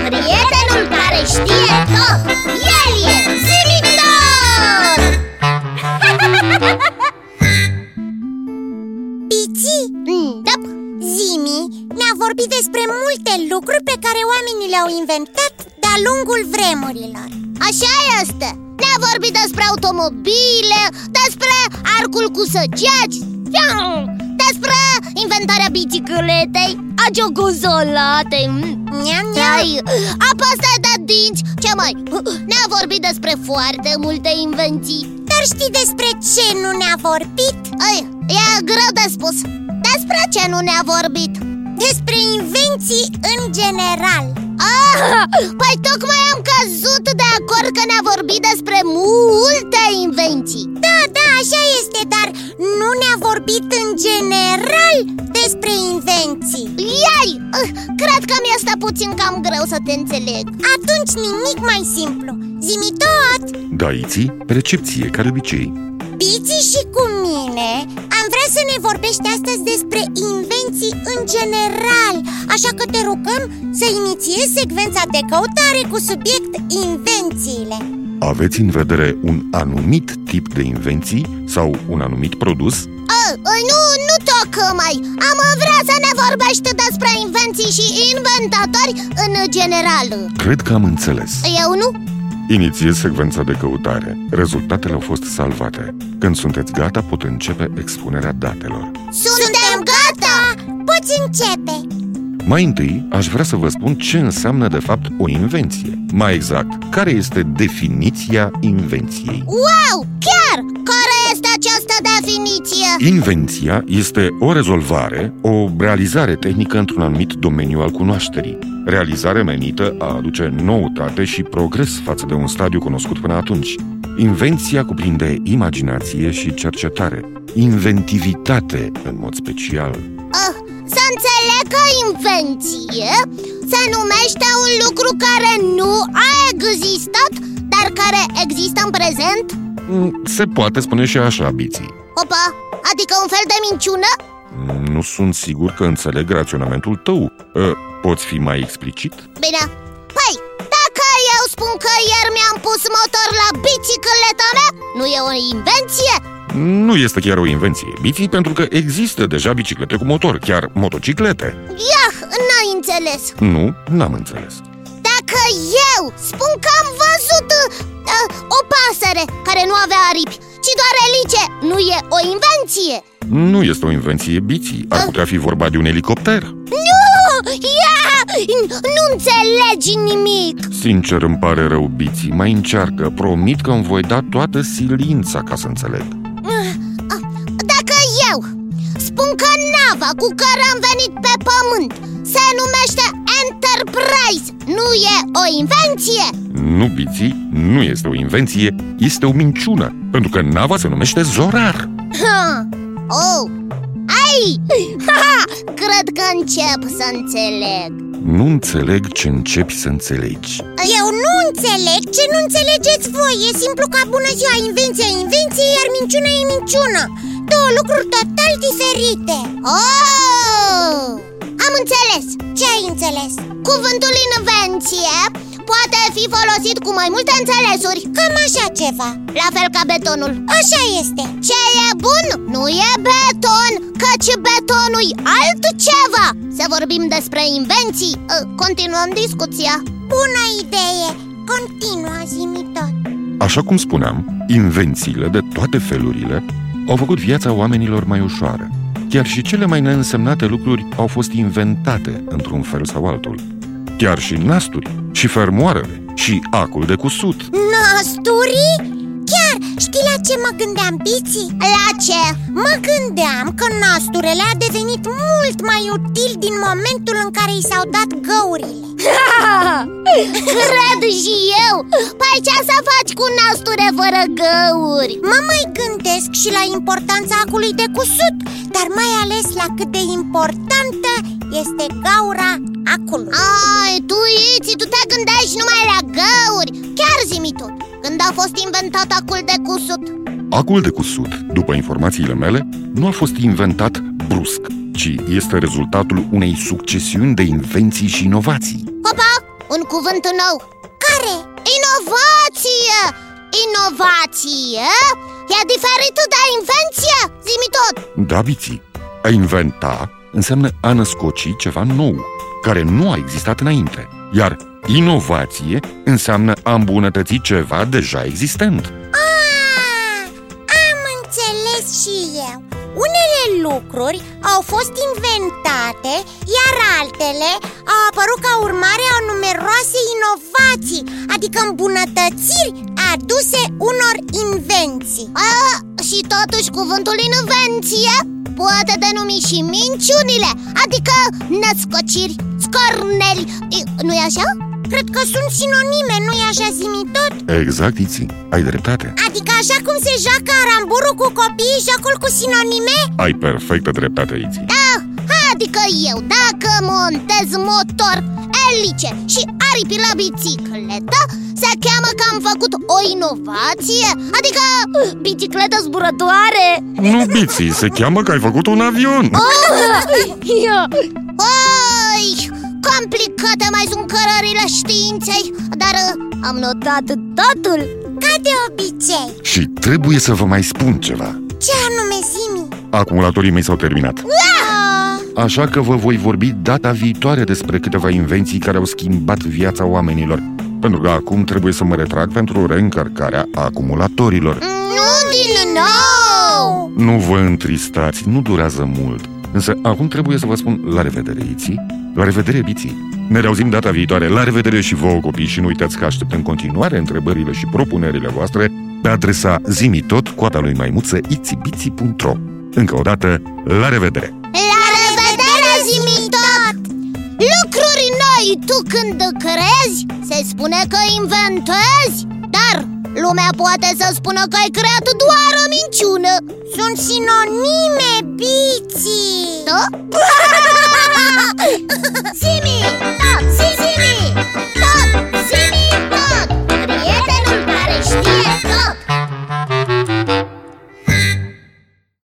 Mm. vorbi despre multe lucruri pe care oamenii le-au inventat de-a lungul vremurilor Așa este Ne-a vorbit despre automobile, despre arcul cu săgeaci Despre inventarea bicicletei, a jogozolatei Neam, neam Ai, apa asta de dinți, ce mai? Ne-a vorbit despre foarte multe invenții Dar știi despre ce nu ne-a vorbit? Ai, e greu de spus Despre ce nu ne-a vorbit? Despre invenții în general Ah, păi tocmai am căzut de acord că ne-a vorbit despre multe invenții Da, da, așa este, dar nu ne-a vorbit în general despre invenții Uh, Iai, ah, cred că mi-este puțin cam greu să te înțeleg Atunci nimic mai simplu Zimi tot! Daiții, recepție, care obicei Biții și cu mine am vrea să ne vorbești astăzi despre invenții în general Așa că te rugăm să inițiezi secvența de căutare cu subiect invențiile Aveți în vedere un anumit tip de invenții sau un anumit produs? ah, Nu, nu tocmai Am vrea să ne vorbești despre invenții și inventatori în general Cred că am înțeles Eu nu? Inițiez secvența de căutare Rezultatele au fost salvate Când sunteți gata, pot începe expunerea datelor Suntem gata! Poți începe! Mai întâi, aș vrea să vă spun ce înseamnă de fapt o invenție Mai exact, care este definiția invenției? Wow, chiar! Care este această definiție? Invenția este o rezolvare, o realizare tehnică într-un anumit domeniu al cunoașterii. Realizare menită a aduce noutate și progres față de un stadiu cunoscut până atunci. Invenția cuprinde imaginație și cercetare, inventivitate în mod special. Ah, Să înțeleg că invenție se numește un lucru care nu a existat, dar care există în prezent? Mm, Se poate spune și așa, biții. Opa, adică un fel de minciună? Mm, Nu sunt sigur că înțeleg raționamentul tău. Ă, Poți fi mai explicit? Bine, păi, dacă eu spun că ieri mi-am pus motor la bicicleta mea, nu e o invenție? Nu este chiar o invenție, biții, pentru că există deja biciclete cu motor, chiar motociclete. Iah, n-ai înțeles! Nu, n-am înțeles. Dacă eu spun că am văzut uh, uh, o pasăre care nu avea aripi, ci doar elice, nu e o invenție? Nu este o invenție biții. Ar putea fi vorba de un elicopter. Nu! Ia! Nu înțelegi nimic! Sincer, îmi pare rău, biții. Mai încearcă. Promit că îmi voi da toată silința ca să înțeleg. Dacă eu spun că nava cu care am venit pe pământ se numește Enterprise, nu e o invenție? Nu, biții, nu este o invenție, este o minciună. Pentru că nava se numește Zorar. Ha! Oh! Ai! Ha! Cred că încep să înțeleg Nu înțeleg ce începi să înțelegi. Eu nu înțeleg ce nu înțelegeți voi E simplu ca bună ziua, invenția e invenție, iar minciuna e minciună Două lucruri total diferite Oh! Am înțeles! Ce ai înțeles? Cuvântul invenție poate fi folosit cu mai multe înțelesuri Cam așa ceva La fel ca betonul Așa este Ce e bun nu e beton, căci betonul e altceva Să vorbim despre invenții, Uh, continuăm discuția Bună idee! Continua zimi tot Așa cum spuneam, invențiile de toate felurile au făcut viața oamenilor mai ușoară. Chiar și cele mai neînsemnate lucruri au fost inventate într-un fel sau altul. Chiar și nasturi, și fermoarele, și acul de cusut. Nasturii? Chiar știi la ce mă gândeam, Biții? La ce? Mă gândeam că nasturele a devenit mult mai util din momentul în care i s-au dat găurile Cred și eu Păi ce să faci cu nasture fără găuri? Mă mai gândesc și la importanța acului de cusut Dar mai ales la cât de importantă este gaura acului Ai, tu, Iți, tu te gândești numai la găuri Chiar zi tot Când a fost inventat acul de cusut? Acul de cusut, după informațiile mele, nu a fost inventat brusc, ci este rezultatul unei succesiuni de invenții și inovații. Opa, un cuvânt nou Care? Inovație! Inovație? E diferit de invenție, zimi tot Da, biții, a inventa înseamnă a născoci ceva nou, care nu a existat înainte. Iar inovație înseamnă a îmbunătăți ceva deja existent. Ah, am înțeles și eu Unele lucruri au fost inventate, iar altele au apărut ca urmare a numeroase inovații Adică îmbunătățiri aduse unor invenții A, și totuși cuvântul invenție poate denumi și minciunile Adică născociri, scorneli, e, nu-i așa? Cred că sunt sinonime, nu-i așa zimi tot? Exact, Iți, ai dreptate. Adică așa cum se joacă aramburul cu copiii, jocul cu sinonime? Ai perfectă dreptate, Iți. Ah, adică eu dacă montez motor, elice și aripi la bicicletă Se cheamă că am făcut o inovație, adică uh, bicicletă zburătoare Nu, Biții, se cheamă că ai făcut un avion. Oi, complicate mai sunt cărările științei Dar uh, am notat totul Ca de obicei Și trebuie să vă mai spun ceva. Ce anume Ah. zimi? Acumulatorii mei s-au terminat. Da! Așa că vă voi vorbi data viitoare despre câteva invenții care au schimbat viața oamenilor. Pentru că acum trebuie să mă retrag pentru reîncărcarea acumulatorilor. Nu din nou! Nu vă întristați, nu durează mult. Însă acum trebuie să vă spun la revedere, Iții. La revedere, Biții. Ne reauzim data viitoare. La revedere și vouă, copii, și nu uitați că aștept în continuare întrebările și propunerile voastre pe adresa zimitot, coada lui maimuță, itibiții.ro. Încă o dată, la revedere! La revedere, zimitot! Lucruri noi tu când crezi, se spune că inventezi Dar lumea poate să spună că ai creat doar o minciună Sunt sinonime, biții! Da? Zimi